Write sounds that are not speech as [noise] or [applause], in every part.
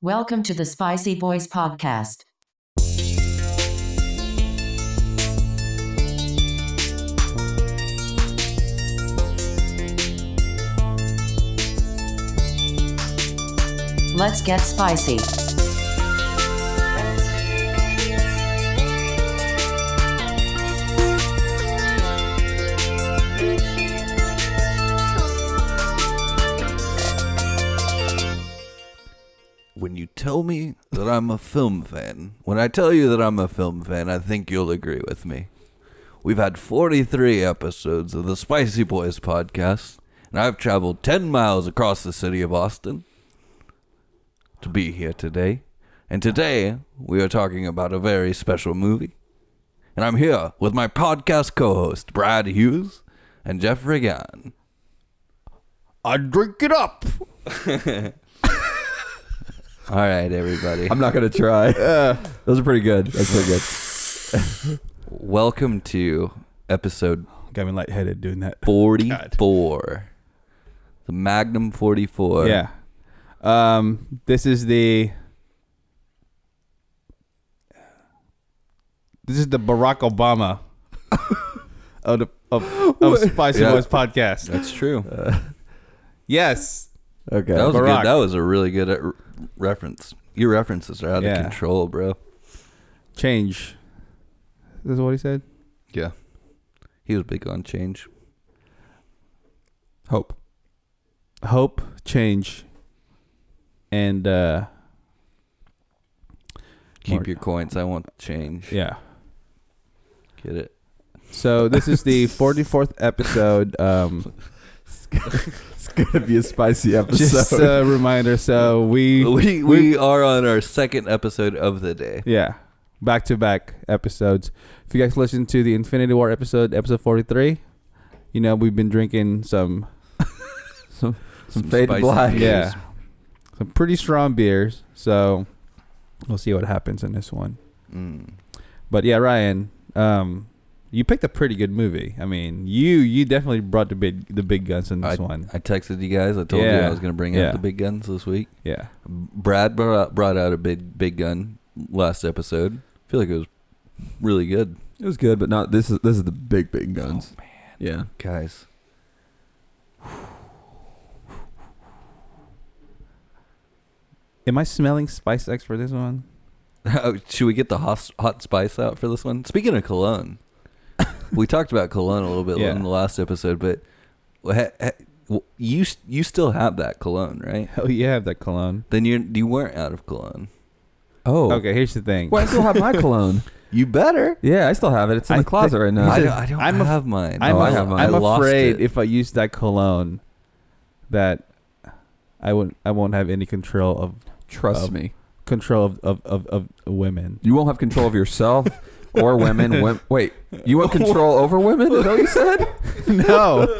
Welcome to the Spicy Boys podcast. Let's get spicy. when you tell me that I'm a film fan, when I tell you that I'm a film fan, I think you'll agree with me. We've had 43 episodes of the Spicy Boys podcast, and I've traveled 10 miles across the city of Austin to be here today. And today, we are talking about a very special movie. And I'm here with my podcast co host, Brad Hughes and Jeff Regan. I drink it up. All right, everybody. I'm not [laughs] gonna try. Those are pretty good. That's pretty good. Welcome to episode Got me lightheaded doing that. 44. The Magnum 44. Yeah. Um, this is the this is the Barack [laughs] Obama of the of, of Spicy Yeah. Boys podcast. That's true. Yes. Okay. Uh, that was a Barack. good. That was a really good uh, re- reference. Your references are out Yeah. of control, bro. Change. This is what he said. Yeah. He was big on change. hope. Hope, change, and uh, Keep Mark. your coins. I want change. yeah. Get it? So this is the 44th episode. Um, It's gonna be a spicy [laughs] episode. just a reminder. So we We we are on our second episode of the day. Yeah. Back to back episodes. If you guys listen to the Infinity War episode, episode 43, you know, we've been drinking some Some faded spicy black. beers. yeah, some pretty strong beers. So we'll see what happens in this one. Mm. But yeah, Ryan, um, you picked a pretty good movie. I mean, you you definitely brought the big the big guns in this one. I texted you guys. I told you I Yeah. was going to bring Yeah. out the big guns this week. Yeah. Brad brought out, brought out a big big gun last episode. I feel like it was really good. It was good, but not this is this is the big big guns. Oh, Yeah. [laughs] guys. [laughs] Am I smelling Spice X for this one? Oh, Should we get the hot, hot spice out for this one? Speaking of cologne, [laughs] we talked about cologne a little bit Yeah. in the last episode, but ha- ha- w- you s- you still have that cologne, right? [laughs] Hell yeah, I have that cologne. Then you you weren't out of cologne. Oh. Okay, here's the thing. Well, I still have my cologne. You better. Yeah, I still have it. It's in I the closet thi- right now. I said- don't, I don't I'm af- have mine. I'm, Oh, I af- have mine. I'm I lost afraid it. if I use that cologne, that I won't I won't have any control of Trust Um, me. control of of, of, of women. You won't have control of yourself or women. Wom- Wait, you want control over women? Is that what you [laughs] said? [laughs] No, is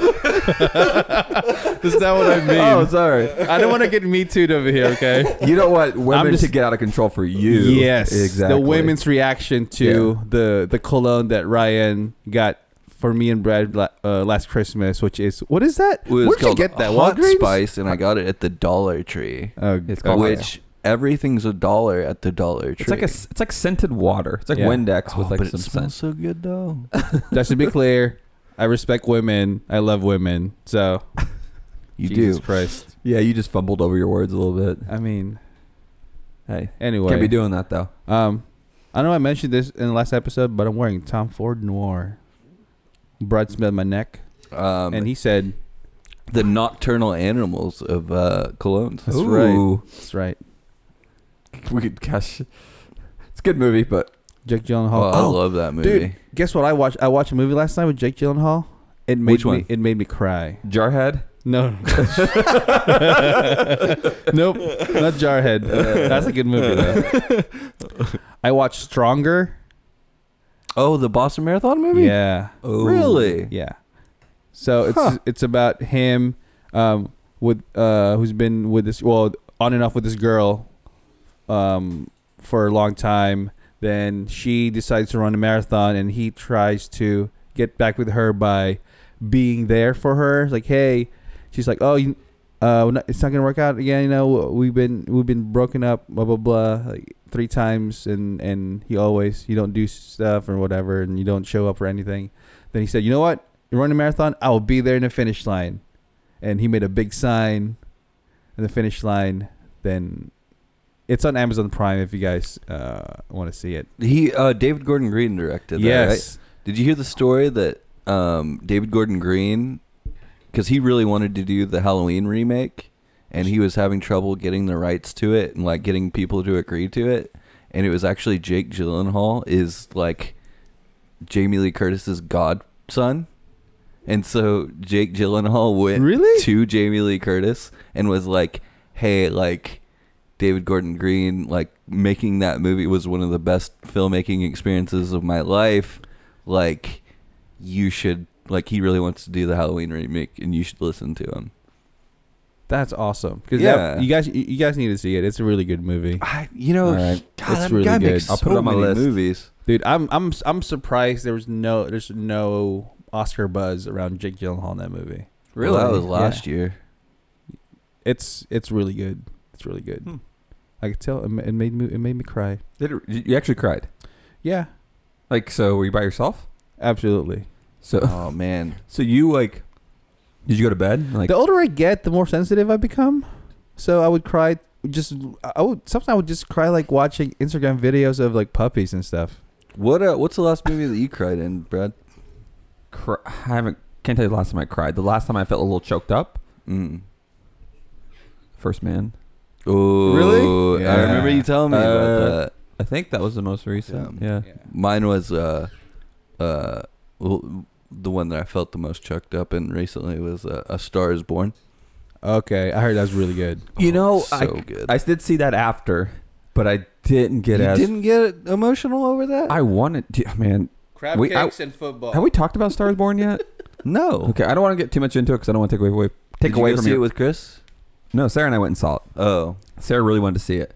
that what I mean? Oh, sorry. I don't want to get me too over here. [laughs] Okay. You don't want women just- to get out of control for you. Yes, Exactly. The women's reaction to Yeah. the the cologne that Ryan got for me and Brad la- uh, last Christmas, which is what is that? It was Where'd you called get that? hot Walgreens? spice, and I got it at the Dollar Tree, Oh, It's called- okay. which everything's a dollar at the Dollar Tree. It's like a s- it's like scented water. It's like Yeah. Windex with Oh, like but some it smells so scent. good [laughs] though. That should [laughs] be clear. I respect women. I love women. So [laughs] You Jesus do. Christ. Yeah, you just fumbled over your words a little bit. I mean, Hey, anyway. can't be doing that though. um, I know I mentioned this in the last episode, but I'm wearing Tom Ford Noir. Brad smelled my neck, Um, and he said, the nocturnal animals of uh, colognes. That's right. "That's right." We could gosh, [laughs] it's a good movie, but Jake Oh, Gyllenhaal. I love that movie. dude, guess what? I watched. I watched a movie last night with Jake Gyllenhaal. It made Which me. one? It made me cry. Jarhead. No. [laughs] nope. Not Jarhead. Uh, That's a good movie. Though. I watched Stronger. Oh, the Boston Marathon movie. Yeah. Oh. Really? Yeah. So it's it's about him um, with uh, who's been with this well on and off with this girl um, for a long time. Then she decides to run a marathon, and he tries to get back with her by being there for her. Like, hey, she's like, oh, you, uh, we're not- it's not gonna work out again. You know, we've been we've been broken up, blah blah blah, like three times, and and he always you don't do stuff or whatever, and you don't show up for anything. Then he said, you know what, you're running a marathon, I will be there in the finish line, and he made a big sign, in the finish line. Then it's on Amazon Prime if you guys uh, want to see it. He uh, David Gordon Green directed. That, right? yes, Did you hear the story that um, David Gordon Green, because he really wanted to do the Halloween remake, and he was having trouble getting the rights to it and like getting people to agree to it, and it was actually Jake Gyllenhaal is like Jamie Lee Curtis's godson, and so Jake Gyllenhaal went Really? to Jamie Lee Curtis and was like, "Hey, like." David Gordon Green, like making that movie was one of the best filmmaking experiences of my life. Like, you should, like, he really wants to do the Halloween remake, and you should listen to him. that's awesome. Because Yeah. you guys you you guys need to see it. It's a really good movie. I, you know, All right. God, It's that really guy good. makes I'll so put it on my many list. movies. Dude, I'm I'm I'm surprised there was no there's no Oscar buzz around Jake Gyllenhaal in that movie. Really, Really? that was last year. It's it's really good. It's really good. Hmm. I could tell it ma- it made me it made me cry. Did it, you actually cried? Yeah, Like, so were you by yourself? absolutely. So, [laughs] Oh man, so you like? Did you go to bed? Like, the older I get, the more sensitive I become. So I would cry. Just I would sometimes I would just cry like watching Instagram videos of like puppies and stuff. what? Uh, what's the last movie that you cried in, Brad? cry, I haven't. Can't tell you the last time I cried. The last time I felt a little choked up. Mm. First man. Oh, Really? I remember Yeah. you telling me about Uh, that. I think that was the most recent. Yeah. Yeah. Mine was uh, uh, well, the one that I felt the most chucked up in recently was uh, A Star Is Born. Okay, I heard that was really good. You know, so I good. I did see that after, but I didn't get you as. didn't get emotional over that? I wanted, to, man. Crab We- I- cakes and football. Have we talked about Stars Born yet? no. Okay, I don't want to get too much into it because I don't want to take away, away take Oh. Did away you go from see your- it with Chris? no, Sarah and I went and saw it. Oh, Sarah really wanted to see it,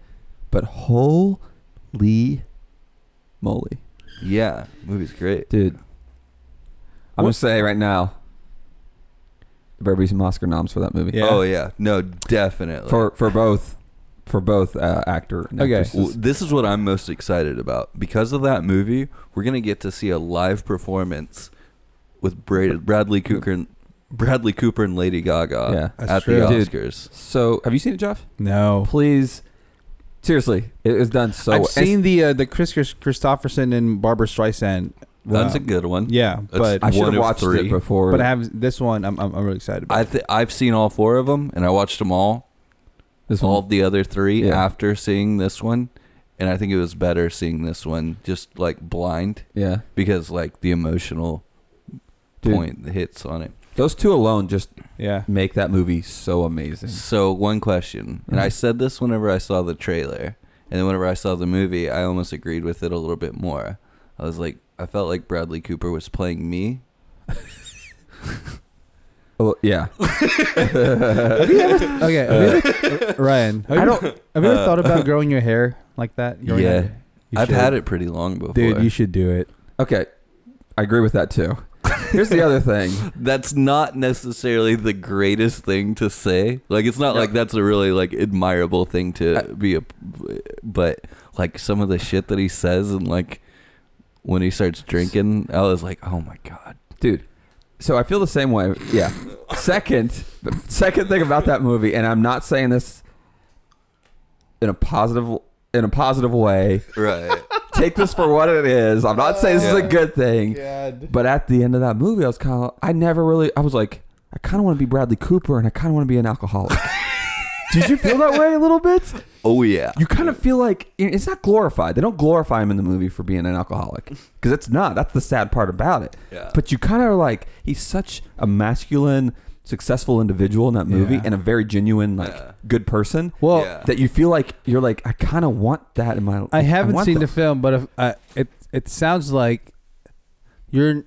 but holy moly, yeah. Movie's great. dude! What- I'm gonna say right now, there better be some Oscar noms for that movie. Yeah. Oh yeah. No, definitely. for for both, for both uh, actor. And Okay. Well, actresses. this is what I'm most excited about because of that movie. We're gonna get to see a live performance with Bra- Bradley Cooper, and, Bradley Cooper and Lady Gaga Yeah. That's at the true. Dude. Oscars. So, have you seen it, Jeff? No. Please, seriously, it was done so. I've and- seen the uh, the Chris Christopherson and Barbara Streisand. That's uh, a good one. Yeah, but I should one have of watched three. it before. but I have this one. I'm I'm, I'm really excited about. I th- I've seen all four of them, and I watched them all. this All one. of the other three Yeah. after seeing this one, and I think it was better seeing this one just like blind Yeah, because like the emotional Dude. point hits on it. those two alone just [laughs] yeah, make that movie so amazing. So one question, and I Mhm. Mm. said this whenever I saw the trailer, and then whenever I saw the movie, I almost agreed with it a little bit more. I was like, I felt like Bradley Cooper was playing me. Oh, [laughs] yeah, okay, have you ever, uh, Ryan, have you, I uh, ever- have you ever thought about growing your hair like that? Growing Yeah. your- you I've should. had it pretty long before. dude. You should do it. Okay, I agree with that too. Here's the other thing. [laughs] [laughs] that's not necessarily the greatest thing to say. Like it's not No. like that's a really like admirable thing to I- be a but like some of the shit that he says and like when he starts drinking, I was like, "Oh my god." dude. So I feel the same way. Yeah. Second, second thing about that movie, and I'm not saying this in a positive in a positive way. Right. Take this for what it is. I'm not saying this is Yeah. a good thing, but at the end of that movie, I was kind of I never really I was like I kind of want to be Bradley Cooper, and I kind of want to be [laughs] an alcoholic. Did you feel that way a little bit? oh yeah. You kind of feel like it's not glorified. They don't glorify him in the movie for being [laughs] an alcoholic because it's not. That's the sad part about it. Yeah. But you kind of are like he's such a masculine, successful individual in that movie Yeah. and a very genuine, like Yeah. good person. Well, Yeah. that you feel like you're like I kind of want that in my. I haven't want seen the that. film, but if, I it it sounds like you're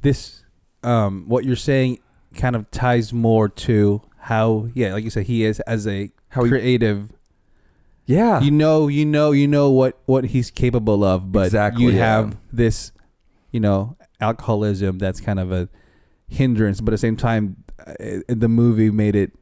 this um what you're saying kind of ties more to how yeah, like you said, he is as a How he- Ah. creative. yeah. you know, you know, you know what what he's capable of, but Exactly, you yeah. have this, you know, alcoholism that's kind of a hindrance, but at the same time, uh, the movie made it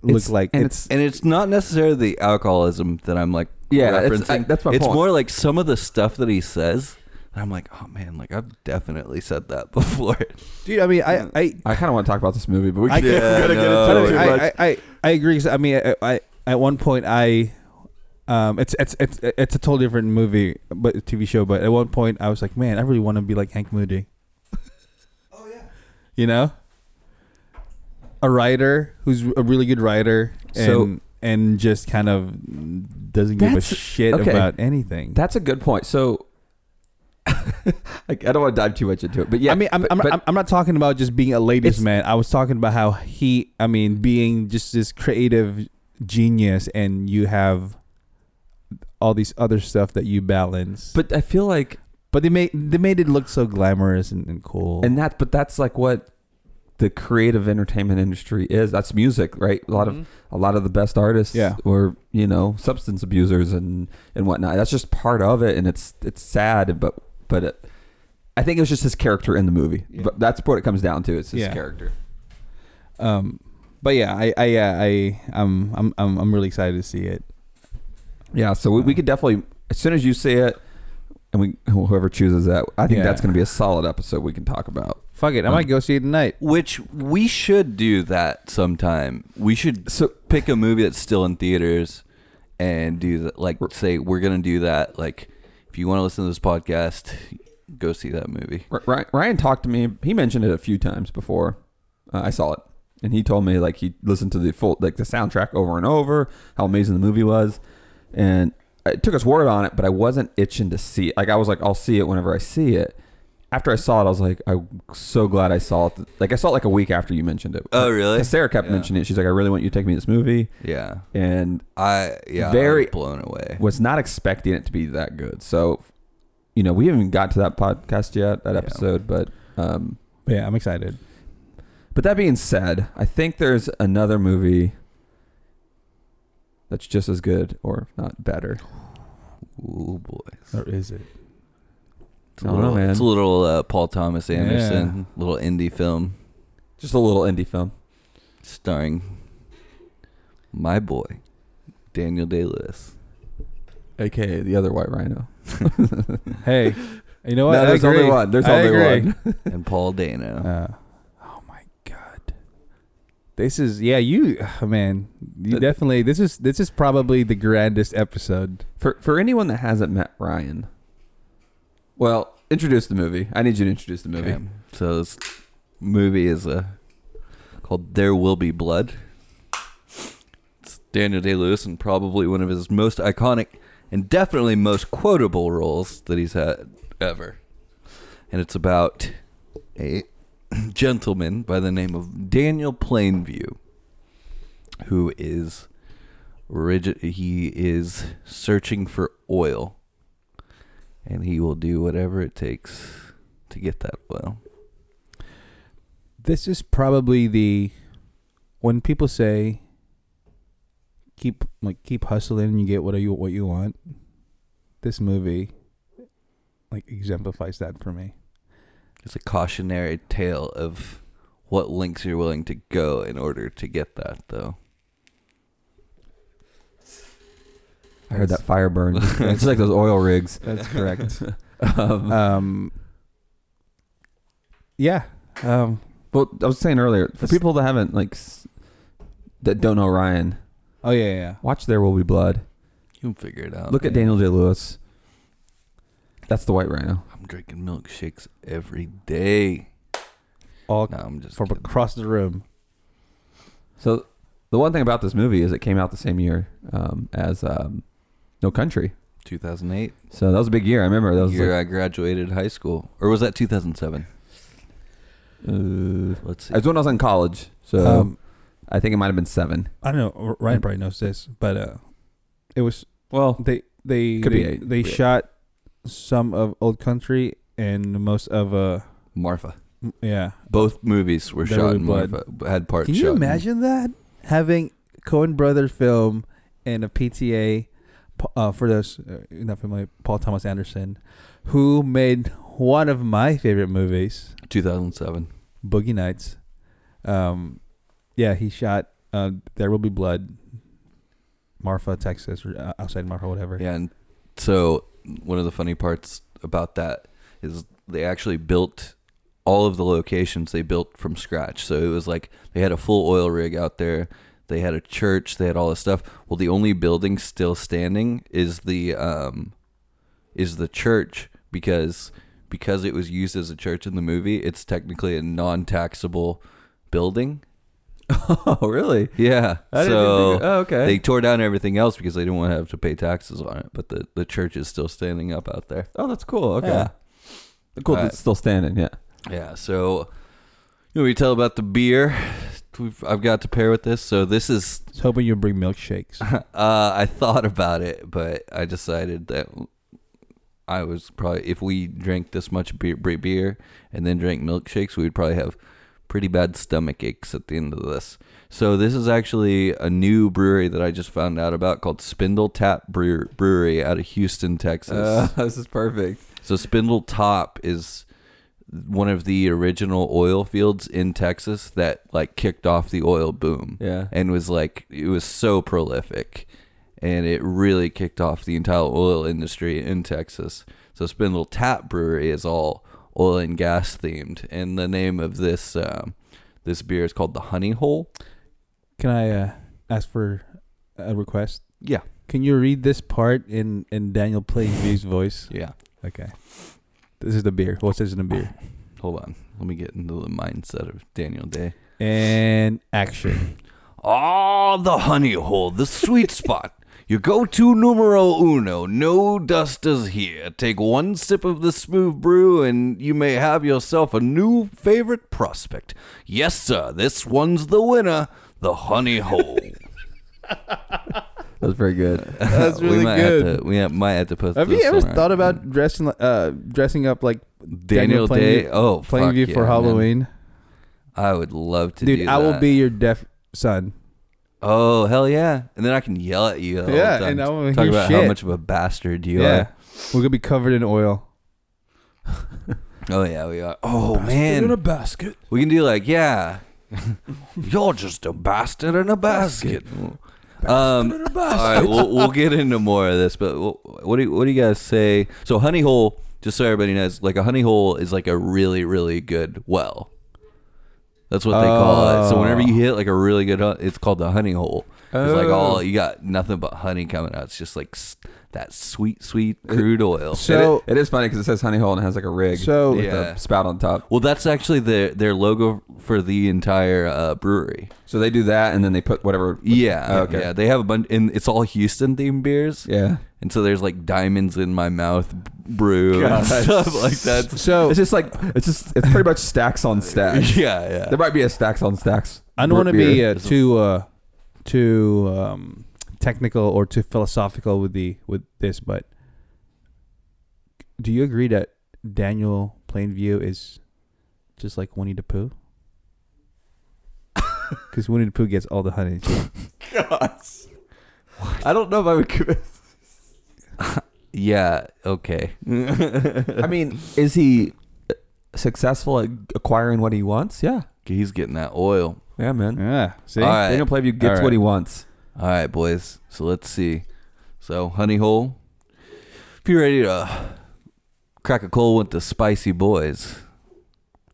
look It's- like and it's, And it's not necessarily the alcoholism that I'm like Yeah, referencing. it's- I- that's my It's point. more like some of the stuff that he says. And I'm like, oh man, like I've definitely said that [laughs] before. dude. I mean, I I I kind of want to talk about this movie, but we I can't. Yeah, gotta get no, into it's- it. I- I, I, I, I agree. 'cause, I mean, I, I at one point I, um, it's it's it's it's a totally different movie, but TV show. But at one point I was like, man, I really want to be like Hank Moody. oh yeah. [laughs] You know, a writer who's a really good writer, and So- and just kind of doesn't give a That's- shit okay. about anything. That's a good point. So, [laughs] I, I don't want to dive too much into it, but yeah, I mean, I'm, but- I'm, but- I'm, I'm not talking about just being a ladies' It's- man. I was talking about how he, I mean, being just this creative genius, and you have all these other stuff that you balance. but I feel like but they made they made it look so glamorous and, and cool. and that but that's like what the creative entertainment industry is that's music right a lot of a lot of the best artists Mm-hmm. Yeah. were you know substance abusers and and whatnot that's just part of it and it's it's sad but but it, i think it was just his character in the movie but that's what it comes down to it's his Yeah. character um, but yeah, I I yeah, I I'm I'm I'm I'm really excited to see it. yeah so we, we could definitely as soon as you see it and we whoever chooses that i think Yeah. that's going to be a solid episode we can talk about Fuck it, I Um, might go see it tonight. Which we should do that sometime. We should So- pick a movie that's still in theaters and do that. Like, say we're gonna do that. Like, if you want to listen to this podcast, go see that movie. R- Ry- Ryan talked to me. He mentioned it a few times before uh, I saw it, and he told me like he listened to the full like the soundtrack over and over, how amazing the movie was, and it took us word on it. But I wasn't itching to see it. Like I was like, I'll see it whenever I see it. After I saw it, I was like, I'm so glad I saw it. Like I saw it like a week after you mentioned it. Oh, really? 'Cause Sarah kept Yeah. mentioning it. She's like, I really want you to take me to this movie, Yeah, and I yeah, Very- very blown away. was not expecting it to be that good. So, you know, we haven't got to that podcast yet, that Yeah. episode, but. Um, But yeah, I'm excited. But that being said, I think there's another movie that's just as good or not better. Ooh boy, Or is it? it's a I don't know, little, man. It's a little uh, Paul Thomas Yeah. Anderson, little indie film Just a little indie film. starring my boy Daniel Day Lewis. AKA the other white rhino. Hey, you know what? No, I there's only agree. one. There's I only agree. one. and Paul Dano. Uh, oh my god. This is yeah, you [sighs] oh, man, you Uh, definitely this is this is probably the grandest episode. For for anyone that hasn't met Ryan. Well, introduce the movie. I need you to introduce the movie. Okay. So this movie is uh, called There Will Be Blood. It's Daniel Day Lewis and probably one of his most iconic and definitely most quotable roles that he's had ever. And it's about a [clears throat] gentleman by the name of Daniel Plainview, who is rigid. He is searching for oil, and he will do whatever it takes to get that oil. This is probably the when people say keep like keep hustling and you get what you what you want. This movie like exemplifies that for me. It's a cautionary tale of what lengths you're willing to go in order to get that, though. I heard that [laughs] fire burn. it's just like those oil rigs. [laughs] That's correct. Um, um Yeah. Um well, I was saying earlier, for people that haven't like s- that don't know Ryan, oh yeah, yeah, yeah. watch There Will Be Blood. You can figure it out. Look at man. Daniel Day Lewis. That's the white rhino. I'm drinking milkshakes every day. All No, I'm just from kidding. across the room. So the one thing about this movie is it came out the same year um, as um, No Country. 2008. So that was a big year. I remember that was year like, I graduated high school, or was that 2007? uh, Let's see. it was when I was in college. So Um, I think it might have been seven. I don't know. Ryan probably knows this, but uh, it was Mm. Well, they they Could be they, eight. they Yeah. shot some of Old Country and most of uh Marfa. m- yeah. Both movies were There shot Will in Be Blood. Marfa. but Had parts. Can shot you in- imagine that having Cohen Brothers film and a PTA pa- uh, for those uh, not familiar Paul Thomas Anderson, who made one of my favorite movies, 2007. Boogie Nights. Um, yeah, he shot uh, there will be blood. Marfa, Texas, or uh, outside Marfa, whatever. Yeah, and so one of the funny parts about that is they actually built all of the locations they built from scratch. So it was like they had a full oil rig out there. They had a church. They had all this stuff. Well, the only building still standing is the um, is the church because because it was used as a church in the movie. It's technically a non-taxable building. [laughs] [laughs] Oh, really? Yeah. I didn't so think- oh, okay. they tore down everything else because they didn't want to have to pay taxes on it. But the, the church is still standing up out there. Oh, that's cool. Okay. Yeah. All Cool. that right. It's still standing. [laughs] Yeah. Yeah. So you know, we tell about the beer. We've, I've got to pair with this. So this is. I was hoping you'd bring milkshakes. [laughs] Uh, I thought about it, but I decided that I was probably if we drank this much beer, bre- beer and then drank milkshakes, we'd probably have pretty bad stomach aches at the end of this. So this is actually a new brewery that I just found out about called Spindle Tap Brewer- Brewery out of Houston, Texas. Uh, this is perfect. So Spindle Top is one of the original oil fields in Texas that like kicked off the oil boom. Yeah. And was like it was so prolific and it really kicked off the entire oil industry in Texas. So Spindle Tap Brewery is all oil and gas themed and the name of this um, this beer is called the Honey Hole. Can I uh, ask for a request? Yeah. Can you read this part in, in Daniel Plainview's voice? Yeah. Okay. This is the beer. What says in the beer? Hold on. Let me get into the mindset of Daniel Day. And action. Ah, the honey hole, the sweet spot. Your go to numero uno. No dust is here. Take one sip of the smooth brew and you may have yourself a new favorite prospect. Yes, sir, this one's the winner, the honey hole. That's very [laughs] good. [laughs] That's we might Have to, we ha- might have to post Have this you ever on our- thought about dressing li- uh dressing up like Daniel, Day? Plainview- oh, fuck Plainview yeah, for man. Halloween? I would love to do Dude, I will that. be your deaf son. Oh, hell yeah. And then I can yell at you. the whole Yeah, time. and I won't Talk hear about how shit. much of a bastard you yeah. are. We're gonna be covered in oil. Oh yeah, we are. Oh man, basket. we can do like [laughs] yeah. You're just a bastard in a basket. Um, All right, we'll, we'll get into more of this, but wh- what do you, what do you guys say? So honey hole, just so everybody knows, like a honey hole is like a really really good well. That's what they call it. So whenever Oh. you hit like a really good, hu- it's called the honey hole. It's like Oh. all you got nothing but honey coming out. It's just like s- that sweet sweet crude oil. Uh, So it is funny because it says honey hole and it has like a rig. So- with Yeah. a spout on top. Well, that's actually their their logo for the entire uh, brewery. So they do that and then they put whatever. Yeah, Oh, okay. yeah. They have a bunch, and it's all Houston themed beers. Yeah. and so there's like diamonds in my mouth brew [laughs] and stuff [laughs] like that. so It's just like it's just it's pretty much stacks [laughs] on stacks. Yeah, yeah. [laughs] There might be a stacks on stacks. I don't want to be beer. uh, too uh, too um, technical or too philosophical with the with this, but do you agree that Daniel Plainview is just like Winnie [laughs] the Pooh? Because Winnie the Pooh gets all the honey. I don't know if I would. commit- [laughs] yeah. [laughs] Okay. uh, I mean, is he uh, successful at acquiring what he wants? Yeah. He's getting that oil. Yeah, man. Yeah, see, All right. Daniel Playview gets All right. what he wants. All right, boys. So let's see. So honey hole, if you're ready to crack a cold with the spicy boys,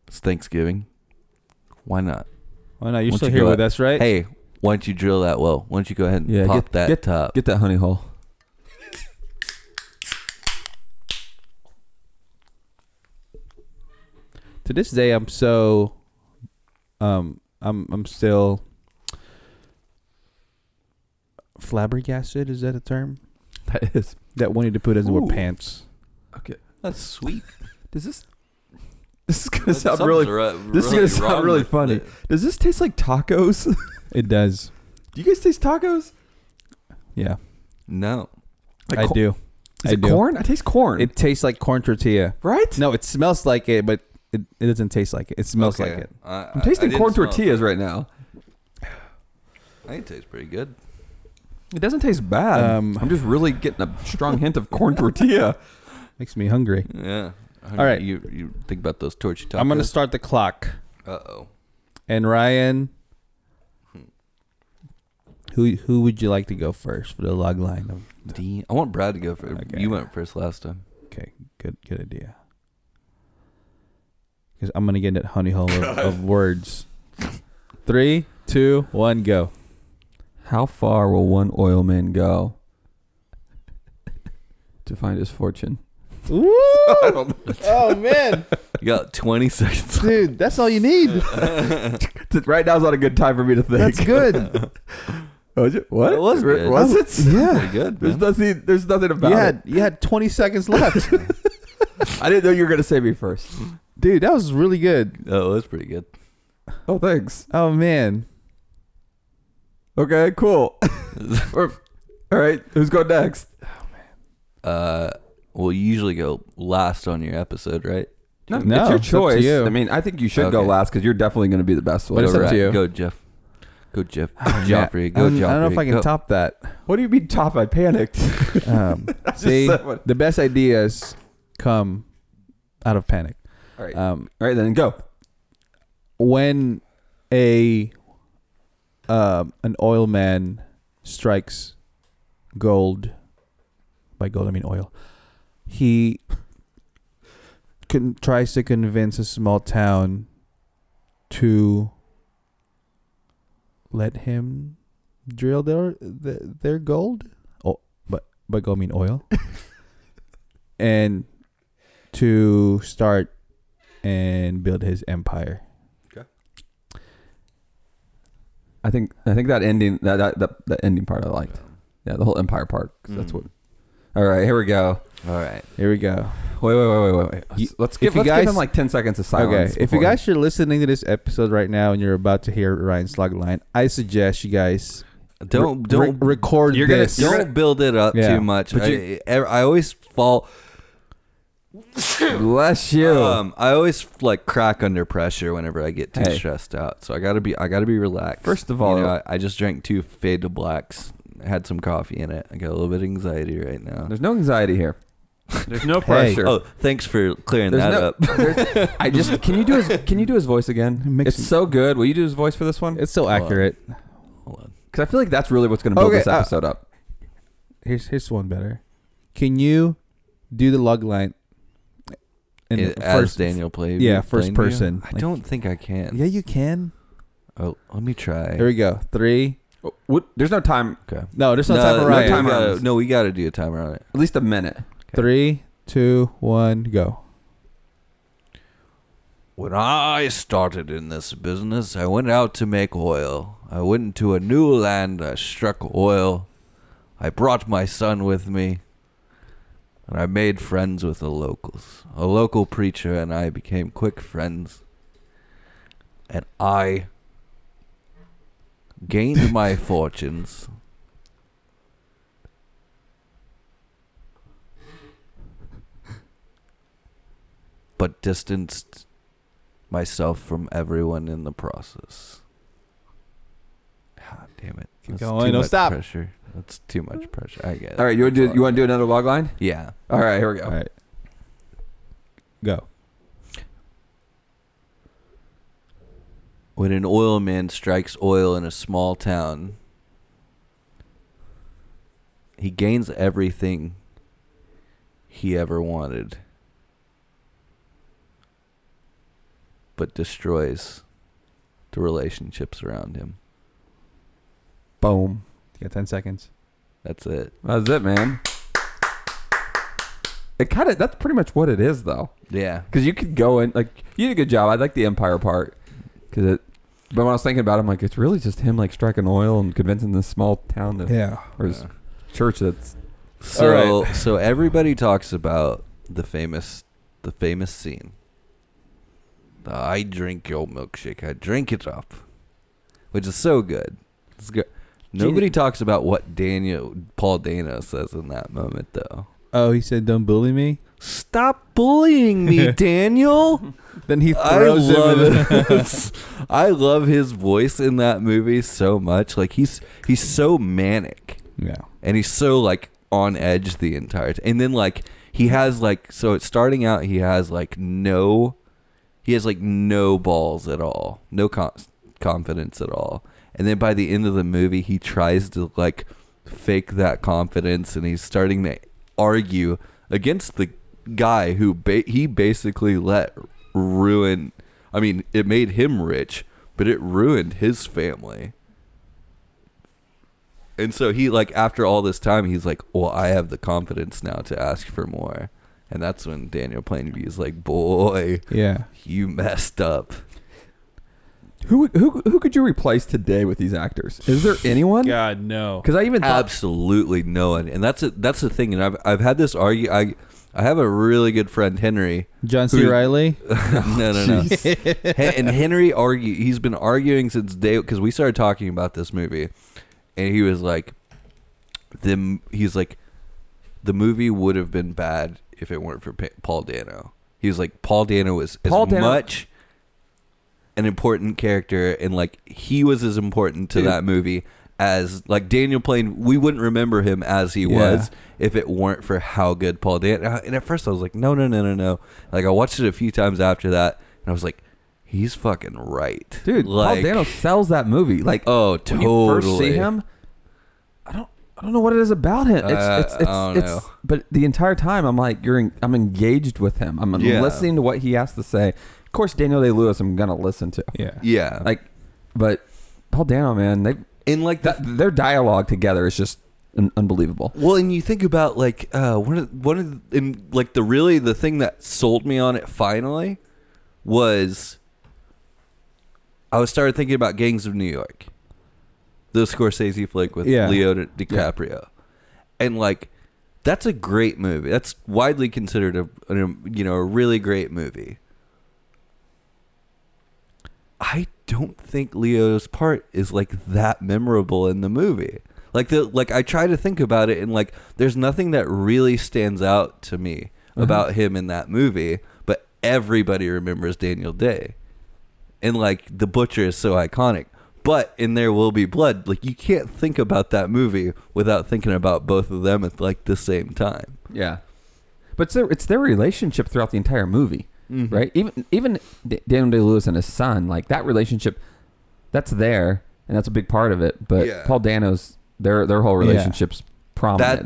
it's Thanksgiving. Why not? why not? You're Why still don't you here go with out- us, right? Hey, why don't you drill that well? Why don't you go ahead and Yeah, pop get- that get- top? Get that honey hole. to this day I'm so um I'm I'm still flabbergasted, is that a term? [laughs] That is. That Winnie the Pooh doesn't Ooh. wear pants. Okay. That's sweet. Does [laughs] this? This is gonna sound really. this is gonna sound really funny. Does this taste like tacos? [laughs] It does. do you guys taste tacos? Yeah. No. Like I cor- do. Is I it do. corn? I taste corn. It tastes like corn tortilla. right? No, it smells like it, but it, it doesn't taste like it. It smells like it. I, I'm tasting corn tortillas right now. I think it tastes pretty good. It doesn't taste bad. Um, I'm just really getting a strong hint of corn tortilla. Makes me hungry. Yeah. All right. You you think about those torch tacos? I'm gonna start the clock. Uh oh. Hmm. And Ryan Who who would you like to go first for the log line? Of, D. I want Brad to go first. Okay. You went first last time. okay, good good idea. Because I'm gonna get that honey hole of, [laughs] of words. Three, two, one, go. How far will one oil man go to find his fortune? [laughs] oh man, You got 20 [laughs] seconds. dude, that's all you need. [laughs] right now's not a good [laughs] time for me to think. [laughs] good. Was it? What? That was good. Was it? Pretty yeah, good, [laughs] There's man. nothing. There's nothing about you had it. you had 20 seconds [laughs] left, I didn't know you were gonna say me first. dude. That was really good. That was pretty good. Oh, thanks. Oh man, Okay, cool. [laughs] All right, who's going next? Uh, well, you usually go last on your episode, right? No, No, it's your it's up to choice. you. I mean, I think you should go Okay. last because you're definitely going to be the best one. But it's up to All right. you. Go, Jeff. Go, Jeff. Yeah, Joffrey. Go, I don't, Joffrey. I don't know if I can go. top that. What do you mean top? I panicked. [laughs] Um, see, said what- the best ideas come out of panic. All right, Um, all right, then go. when a um, an oil man strikes gold, by gold I mean oil, he con- tries to convince a small town to let him drill their their, their gold. Oh, but by gold I mean oil, and to start and build his empire. I think I think that ending that that, that, that ending part I liked. Yeah, the whole empire part. 'cause That's Mm. what. All right, here we go. All right. Here we go. Wait, wait, wait, wait, wait, wait. You- Let's, let's if give you let's guys- give them like ten seconds of silence. okay, if you before- [laughs] guys are listening to this episode right now and you're about to hear Ryan's log line, I suggest you guys Don't re- don't re- record you're gonna- this. you're don't build it up Yeah. too much. But I, you- I, I always fall. bless you. Um, I always like crack under pressure whenever I get too Hey. stressed out. So I gotta be I gotta be relaxed. First of all- You know, I, I just drank two fade to blacks. Had some coffee in it. I got a little bit of anxiety right now. There's no anxiety here. There's no pressure. Oh, thanks for clearing There's that no- up. [laughs] there's- I just can you do his can you do his voice again? It makes it's me- so good. Will you do his voice for this one? it's so accurate. Hold on. Because I feel like that's really what's going to build Okay, this uh, episode up. Here's here's one better. Can you do the log line in It- the as Daniel played. yeah, first played me? person. I Like- don't think I can. Yeah, you can. Oh, let me try. Here we go. Three. Oh, What, there's no time. okay. No, there's no, no, time for no Ryan. time on out. this. no, we got to do a timer on it. At least a minute. Three, two, one, go. When I started in this business, I went out to make oil. I went into a new land. I struck oil. I brought my son with me. And I made friends with the locals. A local preacher and I became quick friends. And I [laughs] gained my fortunes. But distanced myself from everyone in the process. God damn it. Keep That's going. too No, much stop. Pressure. That's too much pressure. I get it. All right, you want to do you want to do another log line? Yeah. All right, here we go. All right. Go. When an oil man strikes oil in a small town, he gains everything he ever wanted, but destroys the relationships around him. Boom. You got ten seconds. That's it. That's it, man. It kind of that's pretty much what it is though, Yeah. because you could go in like you did a good job. I like the empire part because it. But when I was thinking about it, I'm like, it's really just him like striking oil and convincing this small town that, Yeah. or this church that's So so everybody talks about the famous the famous scene. The, I drink your milkshake. I drink it up, which is so good. It's good. Nobody talks about what Daniel Paul Dano says in that moment, though. Oh, he said, "Don't bully me." Stop bullying [laughs] me, Daniel. Then he I throws love him. in- [laughs] it. I love his voice in that movie so much. Like he's he's so manic [laughs] [laughs] yeah. and he's so like on edge the entire time. And then like he has like so it's starting out he has like no he has like no balls at all, no con- confidence at all. And then by the end of the movie, he tries to like fake that confidence, and he's starting to argue against the guy who ba- he basically let ruin. I mean, it made him rich, but it ruined his family. And so he like after all this time, he's like, "Well, I have the confidence now to ask for more." And that's when Daniel Plainview's like, "Boy, Yeah. you messed up." Who who who could you replace today with these actors? Is [sighs] there anyone? God no. Because I even thought absolutely no one and that's a, that's the thing and I've, I've had this argue I I have a really good friend Henry John C. Who- [laughs] Riley. [laughs] no no [laughs] no Hen- and Henry argue he's been arguing since day because we started talking about this movie and he was like the m- he's like the movie would have been bad if it weren't for pa- Paul Dano he was like Paul Dano was as Paul Dano- much an important character and like he was as important to Dude. that movie as like Daniel Plain we wouldn't remember him as he Yeah. was if it weren't for how good Paul Dan and at first I was like no no no no no like I watched it a few times after that and I was like he's fucking right dude, like, Paul Dano sells that movie. Like oh when totally you first see him, I don't I don't know what it is about him. It's Uh, it's it's, I don't it's- know. but the entire time I'm like you're en- I'm engaged with him. I'm Yeah. listening to what he has to say. Of course, Daniel Day Lewis, I'm gonna listen to. Yeah. yeah Like, but Paul Dano, man, they and like the that, their dialogue together is just un- unbelievable. Well, and you think about like uh, one of one of in like the really the thing that sold me on it finally was I was started thinking about Gangs of New York, the Scorsese flick with Yeah. Leo Di- DiCaprio, and like that's a great movie. That's widely considered a an, you know a really great movie. I don't think Leo's part is like that memorable in the movie. Like the like I try to think about it and like there's nothing that really stands out to me Mm-hmm. about him in that movie, but everybody remembers Daniel Day. And like The Butcher is so iconic. But in There Will Be Blood, like you can't think about that movie without thinking about both of them at like the same time. Yeah, but it's their, it's their relationship throughout the entire movie, right? Even even D- Daniel Day Lewis and his son, like that relationship, that's there and that's a big part of it. But Yeah. Paul Dano's their their whole Yeah. relationships prominent.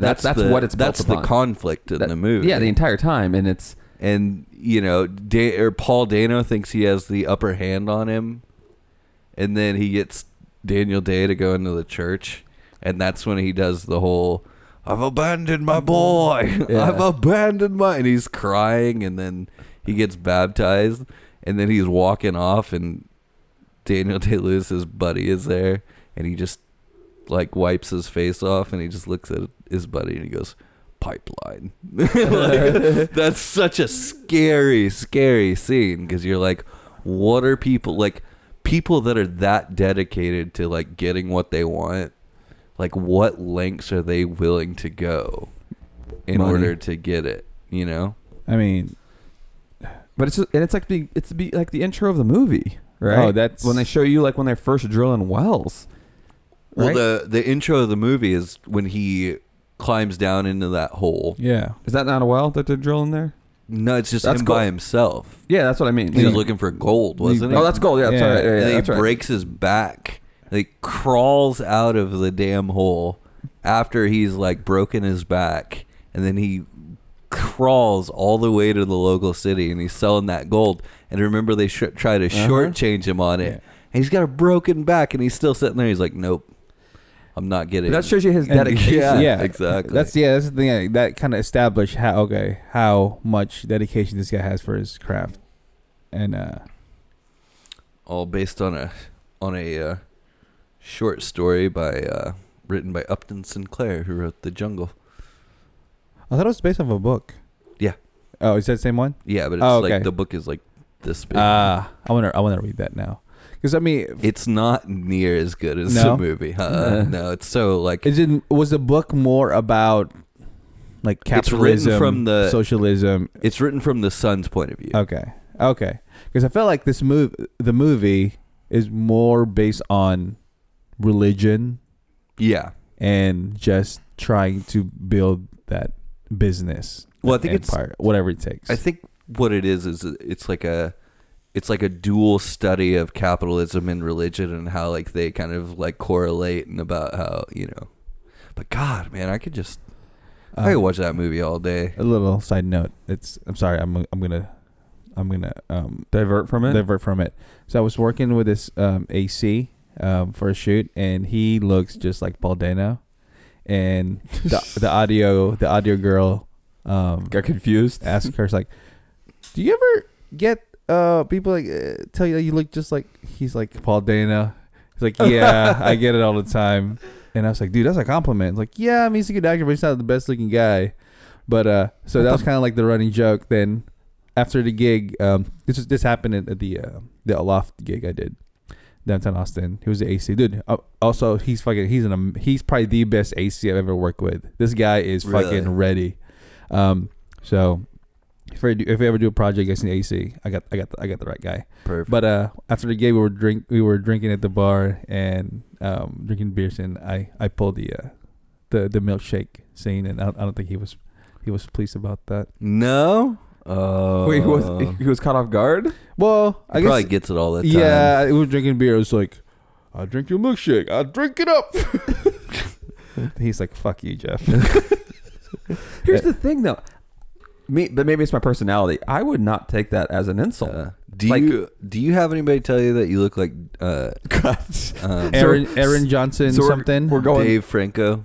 That that's Oh, that's, the- what it's built that's the upon. conflict in That- the movie. Yeah, the entire time, and it's and you know da- or Paul Dano thinks he has the upper hand on him, and then he gets Daniel Day to go into the church, and that's when he does the whole "I've abandoned my boy, [laughs] Yeah. I've abandoned my," and he's crying, and then he gets baptized, and then he's walking off, and Daniel Day Lewis's buddy is there, and he just like wipes his face off, and he just looks at his buddy, and he goes. Pipeline. [laughs] [laughs] Like, that's such a scary, scary scene because you're like, what are people like? People that are that dedicated to like getting what they want, like what lengths are they willing to go in Money. order to get it? You know? I mean, but it's just, and it's like the it's be like the intro of the movie, right? Oh, that's- when they show you like when they're first drilling wells. Well, right? the the intro of the movie is when he climbs down into that hole. yeah. is that not a well that they're drilling there? No, it's just That's him cool. by himself. Yeah, that's what I mean. He Yeah. was looking for gold, wasn't he? Oh, that's gold. Yeah, that's Yeah. right. Yeah, yeah, and then that's he right. breaks his back. And he crawls out of the damn hole after he's like broken his back, and then he crawls all the way to the local city, and he's selling that gold. And remember, they sh- try to Uh-huh. shortchange him on it, Yeah. and he's got a broken back, and he's still sitting there. He's like, "Nope, I'm not getting." But that it." shows you his And- [laughs] dedication. Yeah, yeah, exactly. That's yeah. That's the thing that- that kind of established how okay how much dedication this guy has for his craft, and uh, all based on a on a uh, short story by uh, written by Upton Sinclair, who wrote The Jungle. I thought it was based off a book. Yeah. Oh, is that the same one? Yeah, but it's Oh, like okay. the book is like this big. Ah, I wanna I wanna read that now, because I mean, It's not near as good as No? the movie. Huh? no, it's so like is it was the book more about like It's written capitalism from the- socialism? it's written from the son's point of view. Okay, okay, because I felt like this move the movie is more based on religion Yeah. and just trying to build that business. Well, I think and it's- empire, whatever it takes. I think what it is is it's like a it's like a dual study of capitalism and religion and how like they kind of like correlate and about how you know. But God, man, I could just I could Um, watch that movie all day. a little side note. It's I'm sorry. I'm I'm gonna I'm gonna um Divert from it. divert from it. So I was working with this um AC um for a shoot, and he looks just like Paul Dano, [laughs] and the, the audio the audio girl um Got confused. asked her it's like, do you ever get uh people like uh, tell you that you look just like he's like Paul Dano? He's like, yeah, I get it all the time. And I was like, dude, that's a compliment. Like, yeah, I mean, he's a good actor, but he's not the best looking guy. But uh, so that was kind of like the running joke. Then after the gig, um, this was, this happened at at the uh, the Aloft gig I did downtown Austin. He was the AC dude. Uh, also, he's fucking he's an am- he's probably the best AC I've ever worked with. This guy is Really? fucking ready. Um, so if I do, if we ever do a project against an AC, I got I got the, I got the right guy. Perfect. But uh, after the game, we were drink we were drinking at the bar and um, drinking beers, and I I pulled the uh, the the milkshake scene, and I, don't- I don't think he was he was pleased about that. no. Uh, [laughs] Wait, he was, he was caught off guard. Well, I I guess probably gets it all the time. yeah, we were drinking beer. It was like, I'll drink your milkshake. I'll drink [laughs] it up. He's like, fuck you, Jeff. Here's the thing, though. Me, but maybe it's my personality. I would not take that as an insult. Uh, do Like- you do you have anybody tell you that you look like uh, um, Aaron Aaron Johnson so we're- something. [laughs] we're going- Dave Franco?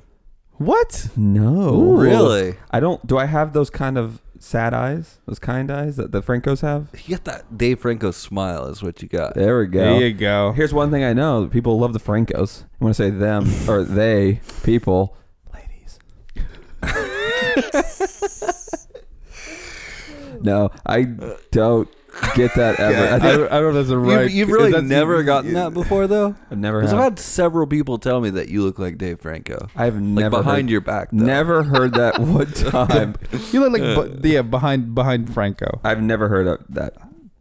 what? no, really? I don't. Do I have those kind of sad eyes? Those kind eyes that the Francos have? You got that Dave Franco smile is what you got. There we go. There you go. Here's one thing I know: people love the Francos. I'm gonna say [laughs] them or they people, ladies. [laughs] no, I don't get that [laughs] ever. Yeah, I I, think don't I don't know if that's a You, right. you've really that's- never gotten that before [laughs] though. I've never. Because I've Had, had several people tell me that you look like Dave Franco, I've like never behind heard, your back. Though. never heard that [laughs] one time. You look [laughs] like bu- yeah behind behind Franco. I've never heard of that.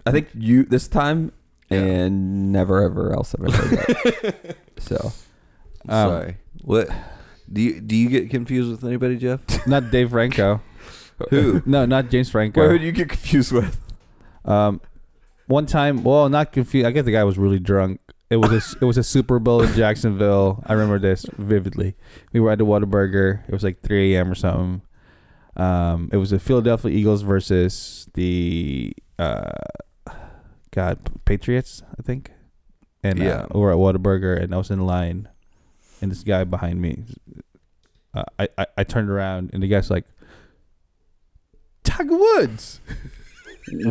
I think you this time Yeah. and never ever else have I heard that. [laughs] so Um, Sorry. What? Do you do you get confused with anybody, Jeff? Not Dave Franco. Who? No, not James Franco. do you get confused [laughs] with? Um, one time, well, not confused. I guess the guy was really drunk. It was a it was a Super Bowl in Jacksonville. I remember this vividly. We were at the Whataburger. It was like 3 a.m. or something. Um, it was the Philadelphia Eagles versus the uh, God Patriots, I think. And Yeah. yeah. we were at Whataburger, and I was in line, and this guy behind me. Uh, I, I I turned around, and the guy's like, "Tiger Woods."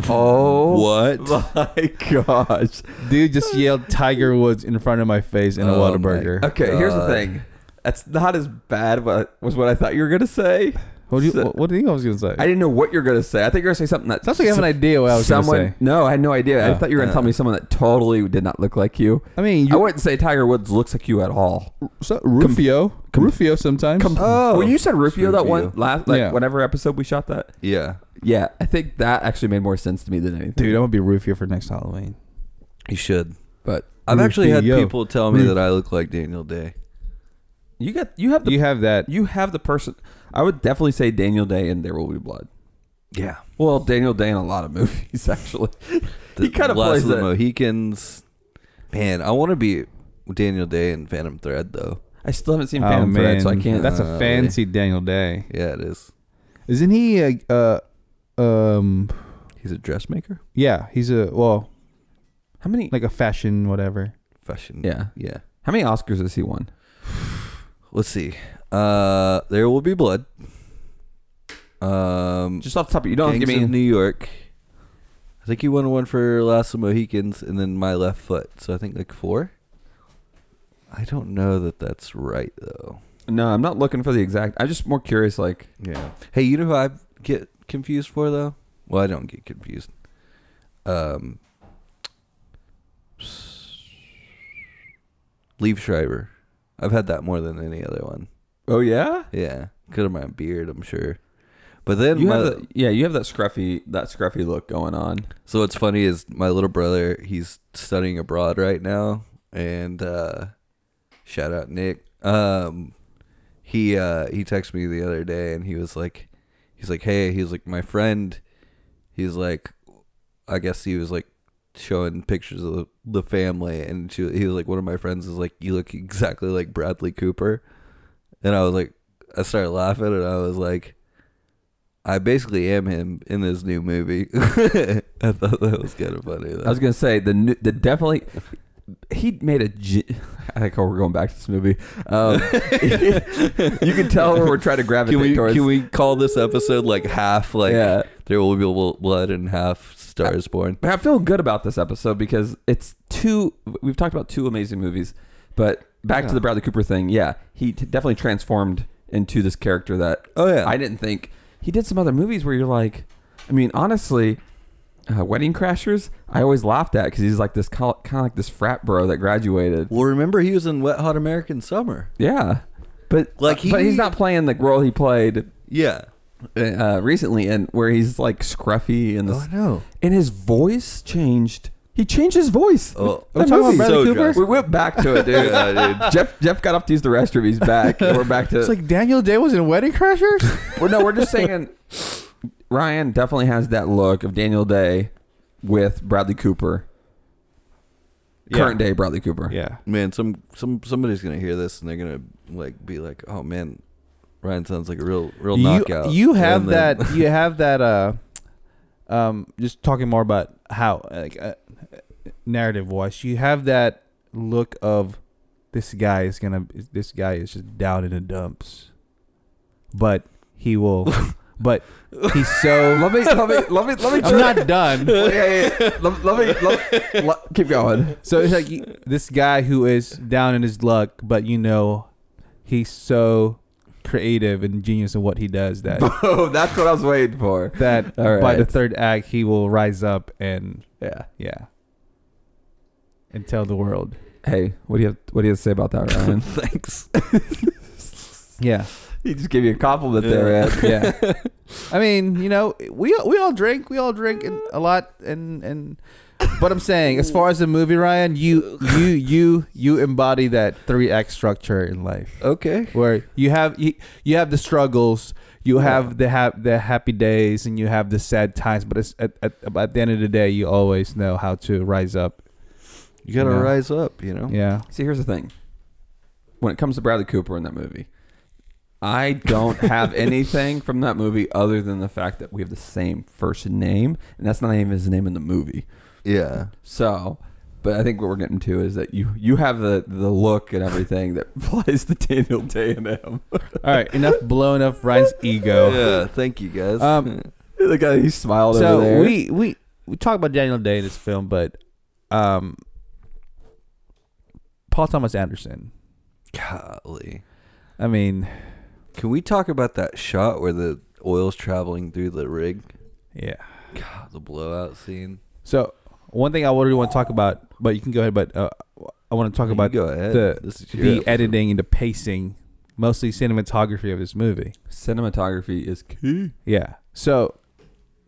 Oh [laughs] What? my gosh. Dude just yelled Tiger Woods in front of my face in a Oh, Whataburger. my- Okay, here's the God. thing. That's not as bad what, was what I thought you were gonna say. What do you So- what, what do you think I was gonna say? I didn't know what you're gonna say. I think you're gonna say something that Sounds like you have an idea what I was someone. gonna say. No, I had no idea. I Yeah. thought you were gonna tell me someone that totally did not look like you. I mean, I you, wouldn't say Tiger Woods looks like you at all. so, Rufio, Rufio sometimes. Oh. when you said Rufio, that Rufio. one last like Yeah. whatever episode we shot that. Yeah. Yeah, I think that actually made more sense to me than anything. Dude, I'm gonna be Rufio for next Halloween. You should. but uh, I've actually E had Rufio. people tell me Ruf- that I look like Daniel Day. you got you have the You have that. you have the person. I would definitely say Daniel Day and There Will Be Blood. Yeah. Well, Daniel Day in a lot of [laughs] movies actually. The He kinda Last plays of the it. Mohicans. Man, I want to be Daniel Day in Phantom Thread though. I still haven't seen Oh, Phantom Thread, so I man. can't. That's uh, a fancy Daniel Day. Yeah, it is. Isn't he? A, uh, um, He's a dressmaker. yeah, he's a well, how many? like a fashion whatever. Fashion. yeah, Yeah. how many Oscars has he won? Let's see. Uh, there will be blood. Um, Just off the top, of you don't have to Gangs give me. of New York. I think he won one for Last of the Mohicans, and then My Left Foot. So I think like four. I don't know that that's right though. no, I'm not looking for the exact. I'm just more curious. Like, Yeah. Hey, you know who I get confused for though? Well, I don't get confused. Um, Leave Schreiber. I've had that more than any other one. oh yeah, Yeah, could have my beard, I'm sure. But then, you my, have the, yeah, you have that scruffy that scruffy look going on. so what's funny is my little brother, he's studying abroad right now, and uh, shout out Nick. Um, he uh, he texted me the other day, and he was like, he's like, hey, he's like my friend. He's like, I guess he was like showing pictures of the, the family, and she, he was like, one of my friends is like, you look exactly like Bradley Cooper, and I was like, I started laughing, and I was like, I basically am him in this new movie. [laughs] I thought that was kind of funny. Though. I was gonna say the new- the definitely he made a. ge- [laughs] I think we're going back to this movie. Um, [laughs] you can tell where we're trying to gravitate can we towards. can we call this episode like half like Yeah. there will be Bl- blood and half stars born? but I feel good about this episode because it's two. We've talked about two amazing movies, but back to the Bradley Cooper thing. Yeah, he t- definitely transformed into this character that. Oh, yeah. I didn't think he did some other movies where you're like, I mean, honestly, uh, Wedding Crashers. I always laughed at because he's like this kind of like this frat bro that graduated. Well, remember he was in Wet Hot American Summer. Yeah, but Like, like he- but he's not playing the role he played Yeah. uh, recently, and where he's like scruffy and this, Oh, I know. and his voice changed. He changed his voice. Oh, That I'm talking movie- about Bradley So Cooper? drunk. We went back to it, dude. [laughs] Yeah, dude. Jeff Jeff got up to use the restroom. [laughs] He's back. And we're back to. It's like Daniel Day was in Wedding [laughs] Crashers. we're, no, we're just saying. Ryan definitely has that look of Daniel Day with Bradley Cooper. Current day Bradley Cooper. Yeah. Man, some some somebody's gonna hear this and they're gonna like be like, "Oh man, Ryan sounds like a real real knockout." You, you have And then- [laughs] that. you have that. Uh, um, just talking more about how like uh, narrative wise, you have that look of this guy is gonna. This guy is just down in the dumps, but he [laughs] will. but he's so. Let me let me let me let me. [laughs] I'm not [laughs] done. [laughs] yeah, yeah, yeah. Let, let me let, let- keep going. So it's like you- this guy who is down in his luck, but you know, he's so creative and genius in what he does that [laughs] Oh, that's what I was waiting for. that All by the right. third act he will rise up and Yeah. yeah, and tell the world. Hey, what do you have, what do you have to say about that, [laughs] Ryan? Thanks. Yeah, he just gave you a compliment [laughs] there, man. yeah. I mean, you know, we we all drink, we all drink and a lot, and and. But I'm saying, as far as the movie, Ryan, you you you you embody that three act structure in life. Okay. where you have you, you have the struggles you have the ha- the happy days and you have the sad times but it's at, at, at the end of the day you always know how to rise up You gotta Yeah. rise up. You know. yeah See, here's the thing. When it comes to Bradley Cooper in that movie, I don't [laughs] have anything from that movie other than the fact that we have the same first name, and that's not even his name in the movie. Yeah. So, but I think what we're getting to is that you you have the the look and everything that [laughs] plays the Daniel Day in him. [laughs] all right [laughs] enough blowing up ryan's ego Yeah. Thank you guys. Um, the guy he smiled over so there. we we we talk about daniel day in this film but um paul thomas anderson Golly. i mean Can we talk about that shot where the oil's traveling through the rig? yeah God, the blowout scene. so one thing i really want to talk about but you can go ahead but uh, i want to talk You about go ahead. the- This is your the episode. editing and the pacing, mostly cinematography of this movie. Cinematography is key. Yeah. So,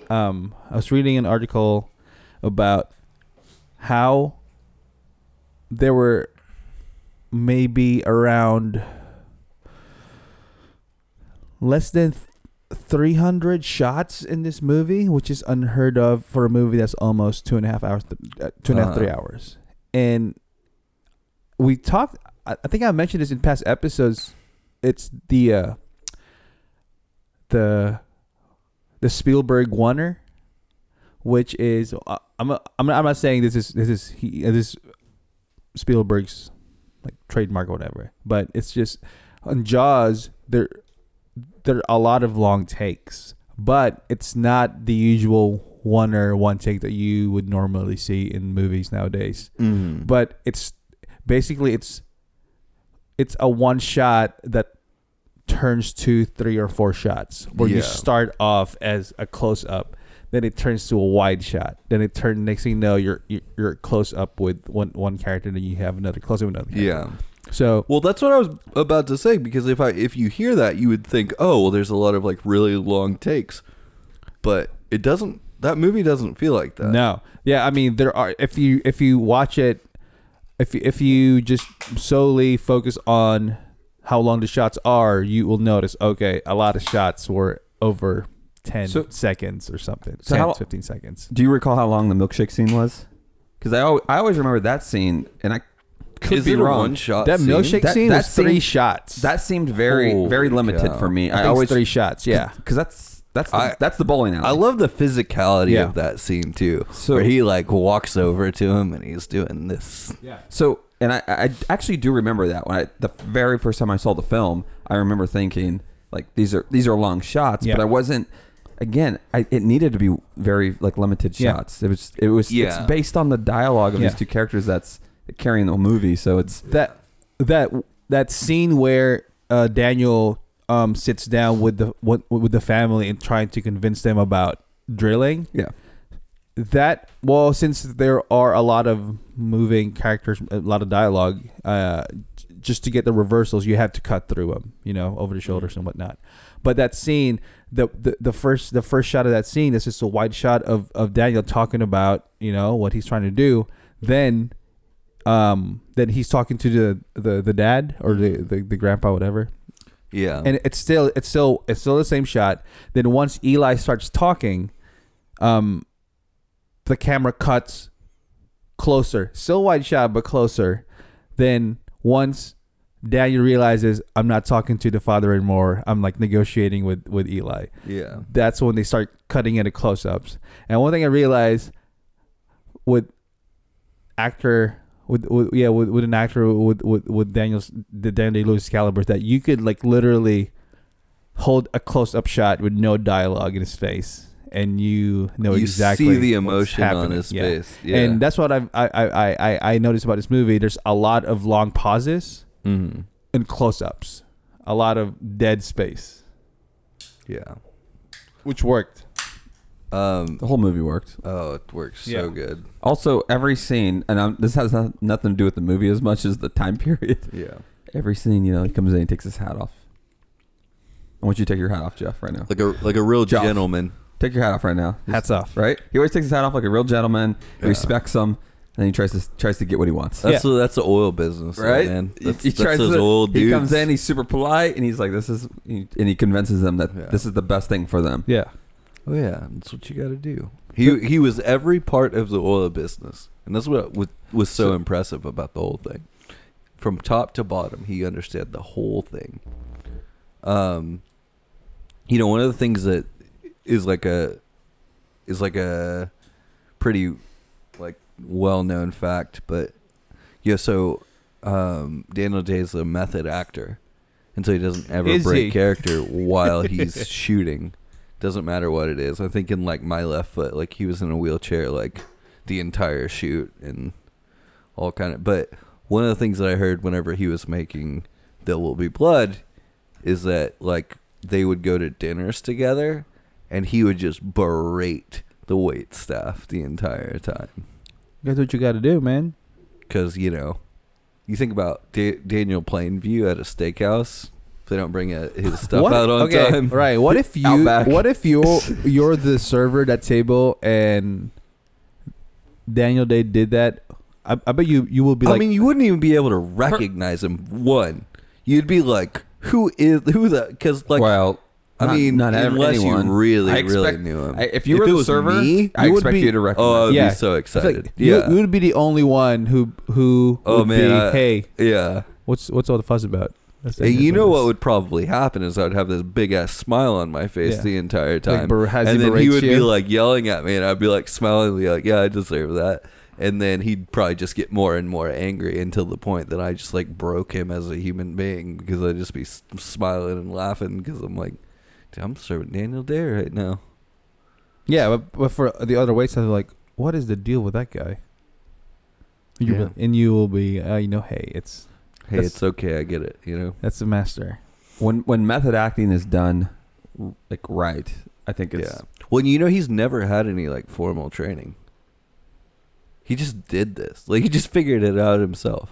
um, I was reading an article about how there were maybe around less than th- 300 shots in this movie, which is unheard of for a movie that's almost two and a half hours, th- uh, two and a half, three Uh-huh. hours. And we talked, I I think I mentioned this in past episodes. It's the, uh, the, the Spielberg Wonder, which is, uh, I'm, a, I'm, not- I'm not saying this is, this is, he, uh, this is Spielberg's like trademark or whatever. But it's just on Jaws there there are a lot of long takes, but it's not the usual one or one take that you would normally see in movies nowadays. Mhm. But it's basically it's it's a one shot that turns to three or four shots where you Yeah. start off as a close up then it turns to a wide shot then it turns next thing you know you're you're- you're close up with one one character then you have another close up with another character. Yeah. so Well, that's what I was about to say because if I if you hear that, you would think, "Oh, well, there's a lot of like really long takes," but it doesn't. That movie doesn't feel like that. No. Yeah, I mean there are if you if you watch it if you, if you just solely focus on how long the shots are, you will notice okay, a lot of shots were over 10 So- seconds or something. So 10 how- 15 seconds. Do you recall how long the milkshake scene was? because I always, I always remember that scene, and I could Is be it a wrong. one shot? That milkshake That- scene that was three scene- shots. That seemed very very Holy limited cow. for me. I I, think it's always three shots. Yeah. because that's that's the, I- that's the bowling alley. I love the physicality Yeah. of that scene too, So- where he like walks over to him and he's doing this. So, and I, I actually do remember that when I, the very first time I saw the film, I remember thinking like these are these are long shots, but Yeah. I wasn't. Again, I, it needed to be very like limited Yeah. shots. It was it was Yeah. it's based on the dialogue of Yeah. these two characters that's carrying the movie. So it's that that that scene where uh, Daniel um, sits down with the with, with the family and trying to convince them about drilling. yeah That well, since there are a lot of moving characters, a lot of dialogue, uh, j- just to get the reversals, you have to cut through them, you know, over the shoulders and whatnot. But that scene, the, the the first the first shot of that scene is just a wide shot of of Daniel talking about you know what he's trying to do. Then um then he's talking to the the, the dad or the, the the grandpa whatever Yeah, and it's still it's still it's still the same shot then once eli starts talking um the camera cuts closer still wide shot but closer then once daniel realizes i'm not talking to the father anymore i'm like negotiating with with eli yeah. that's when they start cutting into close ups. And one thing I realized with actor with, with yeah with, with an actor with with, with Daniel's the Daniel Day Lewis caliber is that you could like literally hold a close up shot with no dialogue in his face and you know you exactly see the what's emotion on happening. his Yeah. face. Yeah. And that's what I've, I I I I- I noticed about this movie. There's a lot of long pauses Mm-hmm. Mhm. and close ups, a lot of dead space, yeah. which worked. Um. the whole movie worked. Oh, it works Yeah. so good. Also, every scene, and i this has no- nothing to do with the movie as much as the time [laughs] period. Yeah. Every scene, you know, he comes in, he takes his hat off. I want you to take your hat off, Jeff, right now. Like a like a real Joff. gentleman. Take your hat off right now. Just- Hats off. right? He always takes his hat off like a real gentleman. He Yeah. respects him, and he tries to tries to get what he wants. That's the that's the oil business, right? man. He- That's, he that's tries those to, old dudes. He comes in, he's super polite, and he's like, "This is," and he convinces them that Yeah. this is the best thing for them. Yeah. Oh yeah, that's what you got to do. He he was every part of the oil business, and that's what was was so, So- impressive about the whole thing. From top to bottom, he understood the whole thing. Um, you know, one of the things that is like a is like a pretty like well known fact, but yeah, so um, Daniel Day is a method actor, and so he doesn't ever Is break he? [laughs] character while he's shooting. Doesn't matter what it is. I think in like my left foot, like he was in a wheelchair like the entire shoot and all kind of. But one of the things that I heard whenever he was making "There Will Be Blood" is that like they would go to dinners together, and he would just berate the wait staff the entire time That's what you got to do, man. because you know, you think about da- Daniel Plainview at a steakhouse. If they don't bring uh his [laughs] stuff What- out on okay, time, [laughs] [laughs] Right. What if you? Outback. What if you? You're the server at that table, and Daniel Day did that. I, I bet you you will be I like. mean, you wouldn't even be able to recognize him. One, you'd be like, "Who is who the?" Because like, well, I not- mean, not ev- unless anyone. you really, I expect- really knew him. I- if you if were it the was server, me, I you would expect be- you to oh, recognize. I'd Yeah. be so I feel excited. like yeah. You, you would be the only one who who. oh would man. Be, I- hey, Yeah. what's what's all the fuss about? That's And dangerous you know business. what would probably happen is I'd have this big ass smile on my face Yeah. the entire Like, time, ber- has and he then he berates would be you? like yelling at me, and I'd be like smiling, be like, "Yeah, I deserve that." And then he'd probably just get more and more angry until the point that I just like broke him as a human being because I'd just be s- smiling and laughing because I'm like, Dude, "I'm serving Daniel Day right now." Yeah, but, but for the other waitstaff, they're like, what is the deal with that guy? You Yeah. will- and you will be, uh, you know, hey, it's Hey, That's- it's okay, I get it. You know, that's the master. When when method acting is done, like right, I think it's yeah. Well, you know, he's never had any like formal training. He just did this. Like he just figured it out himself.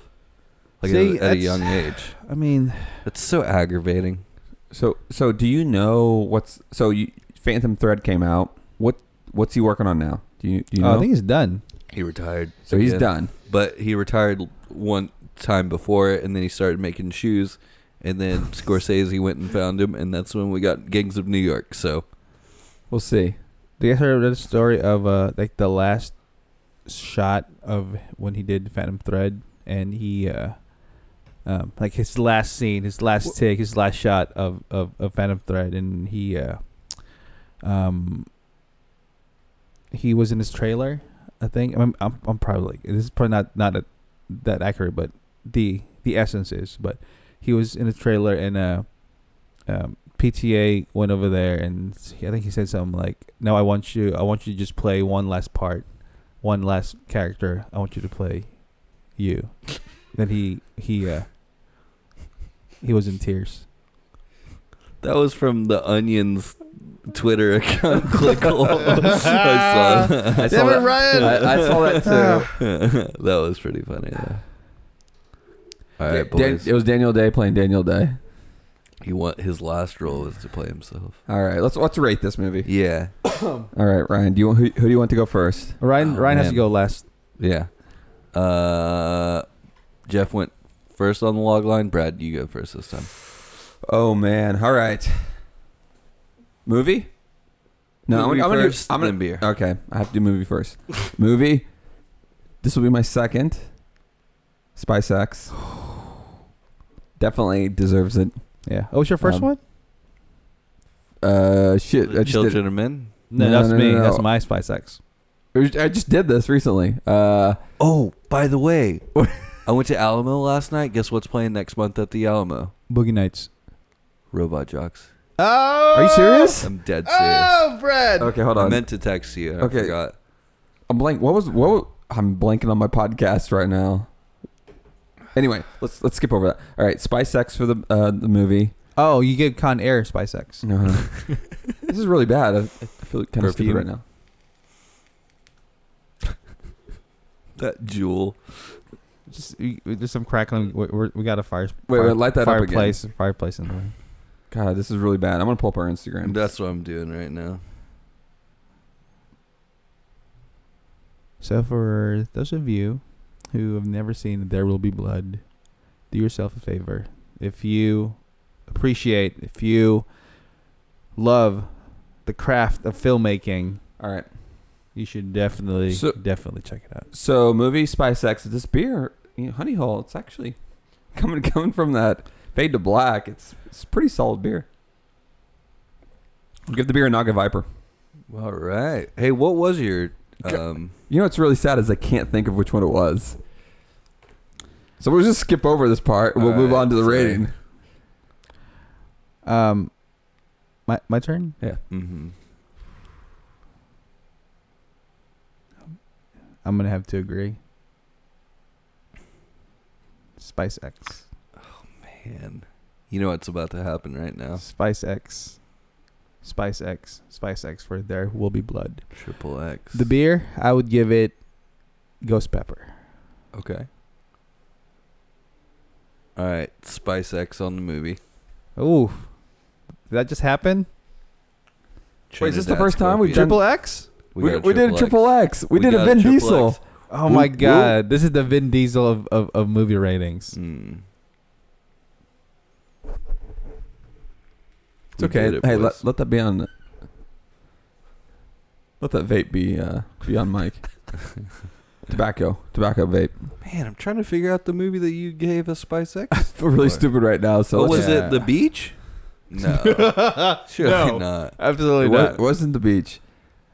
Like See, at, a- at a that's- young age. I mean, [sighs] That's so aggravating. So so do you know what's so you Phantom Thread came out. What what's he working on now? Do you do you know? uh, I think it's done. He retired. so he's again. done. But he retired one time before it, and then he started making shoes. And then Scorsese went and found him, and that's when we got Gangs of New York. So We'll see. They heard the story of uh like the last shot of when he did Phantom Thread, and he, uh, um, like his last scene, his last take, his last shot of of, of Phantom Thread, and he, uh, um, he was in his trailer. I think I'm I'm, I'm probably this is probably not not a, that accurate, but the the essence is. But he was in a trailer, and uh, um, PTA went over there, and he- I think he said something like, "No, I want you. I want you to just play one last part, one last character. I want you to play you." [laughs] then he he uh, he was in tears. That was from the Onion's Twitter [laughs] account. Click all. I [laughs] saw that. I saw Damn it, that. Ryan! I, I saw that too. [laughs] [laughs] that was pretty funny. Though. All right, Dan- boys. it was Daniel Day playing Daniel Day. he want his last role was to play himself. All right, let's let's rate this movie. Yeah, All right, Ryan, do you want, who, who do you want to go first? Ryan Oh, Ryan has man. to go last. yeah. Uh, Jeff went first on the log line. Brad, you go first this time. Oh man, all right. Movie? No, Movie I'm, gonna, first, I'm gonna then do Oh, beer. Okay, I have to do movie first. [laughs] movie. This will be my second. [sighs] Spy Sex. Definitely deserves it. Yeah. Oh, was your first Um, one? Uh, shit. I The just, did, Children of Men. No, no, that's no, me. no, no. That's my spy sex. I just did this recently. Uh, Oh, by the [laughs] way, I went to Alamo last night. Guess what's playing next month at the Alamo? Boogie Nights. Robot Jocks. oh, are you serious? I'm dead serious. Oh, Brad. Okay, hold I on. meant to text you. I Okay. forgot. I'm blank. What was what? wa- I'm blanking on my podcast right now. Anyway, let's let's skip over that. All right, Spy Sex for the uh, the movie. Oh, you get Con Air spy sex. No, no. [laughs] this is really bad. I, I feel kind of stupid Perfume. right now. That jewel. Just you- there's some crackling. We, we're, we got a fire. Wait, fire- wait, light that up again. fireplace, Fireplace in the way. God, this is really bad. I'm gonna pull up our Instagram. That's what I'm doing right now. So, for those of you who have never seen There Will Be Blood, do yourself a favor. If you appreciate, if you love the craft of filmmaking, All right. you should definitely, So- definitely check it out. So movie Spy Sex. This beer, you know, Honey Hole. It's actually [laughs] coming coming from that Fade to Black. It's it's pretty solid beer. Give the beer a Naga Viper. All right. Hey, what was your um You know what's really sad is I can't think of which one it was. So we'll just skip over this part. and We'll All move right, on to the sorry. rating. Um, my my turn. mm-hmm. mhm. I'm gonna have to agree. Spice X. man. You know what's about to happen right now. Spice X. Spice X. Spice X for There Will Be Blood. Triple X. The beer, I would give it Ghost Pepper. Okay. All right. Spice X on the movie. Ooh. Did that just happen? Wait, is this the Trinidad first time we've Scorpion. done- Triple X? We, got we did a triple X. We, did a got Vin triple Diesel. X. Oh Whoop, my whoop. god. This is the Vin Diesel of, of, of movie ratings. Mm. It's okay. We did it, hey, let, boys. let that be on. Let that vape be uh, be [laughs] on mic. tobacco, tobacco vape. man, I'm trying to figure out the movie that you gave us Spice X. [laughs] [laughs] I feel really Sure. stupid right now. So what let's was just- it? The beach? No, surely No. not. Absolutely It not. wa- wasn't [laughs] the beach.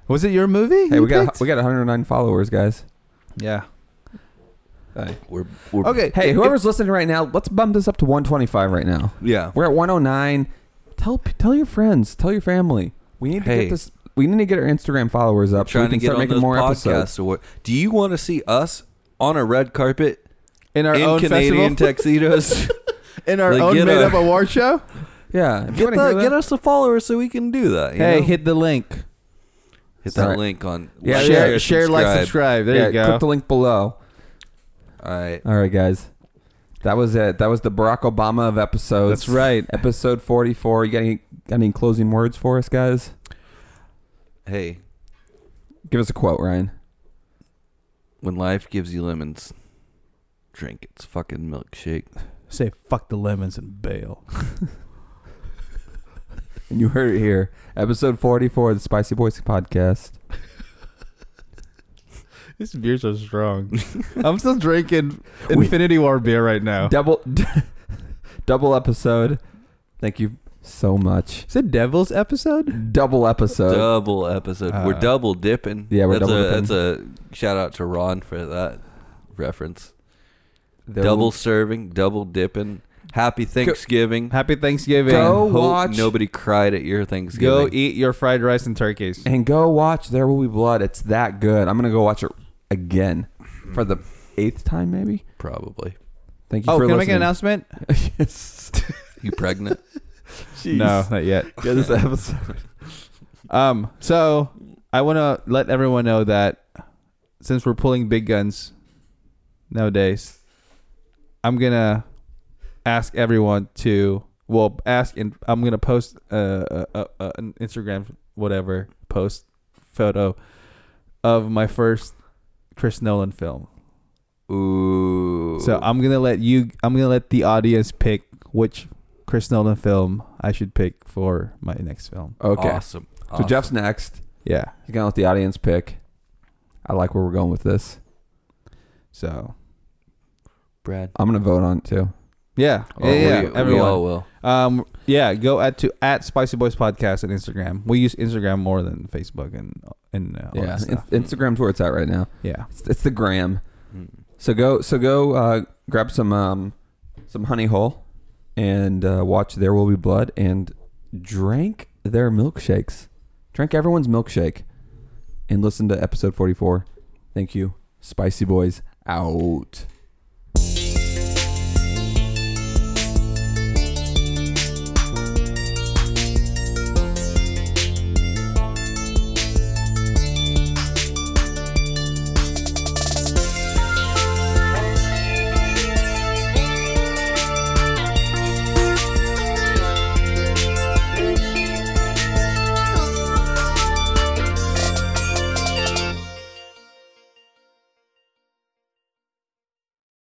Was it your movie? Hey, you we got picked? we got 109 followers, guys. Yeah. We're, we're Okay. Hey, whoever's listening right now, let's bump this up to 125 right now. yeah. We're at 109. Tell p- tell your friends, tell your family. We need to Hey. get this. We need to get our Instagram followers up. so we trying to can get start on making those more episodes. podcasts. Or, do you want to see us on a red carpet in our in own Canadian festival. tuxedos? In our Like, own get a- made-up award show. Yeah, if you get, wanna hear the, that- get us a follower so we can do that. you hey, know? hit the link. Hit that Sorry. link on Yeah, like, share, share, like, subscribe. There yeah, you go. Click the link below. All right, All right, guys. That was it. That was the Barack Obama of episodes. That's right. Episode 44. You got any, got any closing words for us, guys? hey, Give us a quote, Ryan. when life gives you lemons, drink its fucking milkshake. Say fuck the lemons and bail. And you heard it here. Episode 44 of the Spicy Boys podcast. These beers are [laughs] strong. I'm still drinking Infinity War beer right Oh. now. double [laughs] double episode. Thank you so much. Is it Devil's episode? Double episode. double episode. we're Uh, double dipping. Yeah, that's we're double a, dipping. That's a shout out to Ron for that reference. There double will- serving, double dipping. Happy Thanksgiving. Happy Thanksgiving. Go Go watch. watch- Nobody cried at your Go Thanksgiving. eat your fried rice and turkeys. and go watch There Will Be Blood. It's that good. I'm gonna go watch it again for the eighth time, maybe. Probably. Thank you Oh, for can I make an listening. announcement? yes. You pregnant? [laughs] [laughs] Jeez. No, not yet. Yeah, this episode. Um, so I want to let everyone know that since we're pulling big guns nowadays, I'm gonna ask everyone to well ask and I'm gonna post uh, uh, uh, an Instagram whatever post photo of my first Chris Nolan film. Ooh. So uh, I'm gonna let you. I'm gonna let the audience pick which Chris Nolan film I should pick for my next film. [laughs] Okay. Awesome. So Jeff's next. Yeah. He's gonna let the audience pick. I like where we're going with this. So Brad. I'm gonna vote on it too. yeah, Oh, yeah, yeah, we, we everyone. all will. Um, yeah, go at to at Spicy Boys Podcast on Instagram. We use Instagram more than Facebook and and uh, all Yeah. that stuff. In- Instagram's where it's at right now. yeah. It's, it's the gram. So go, so go, uh, grab some um, some honey hole, and uh, watch There Will Be Blood, and drink their milkshakes. Drink everyone's milkshake, and listen to episode forty four. Thank you, Spicy Boys. Out.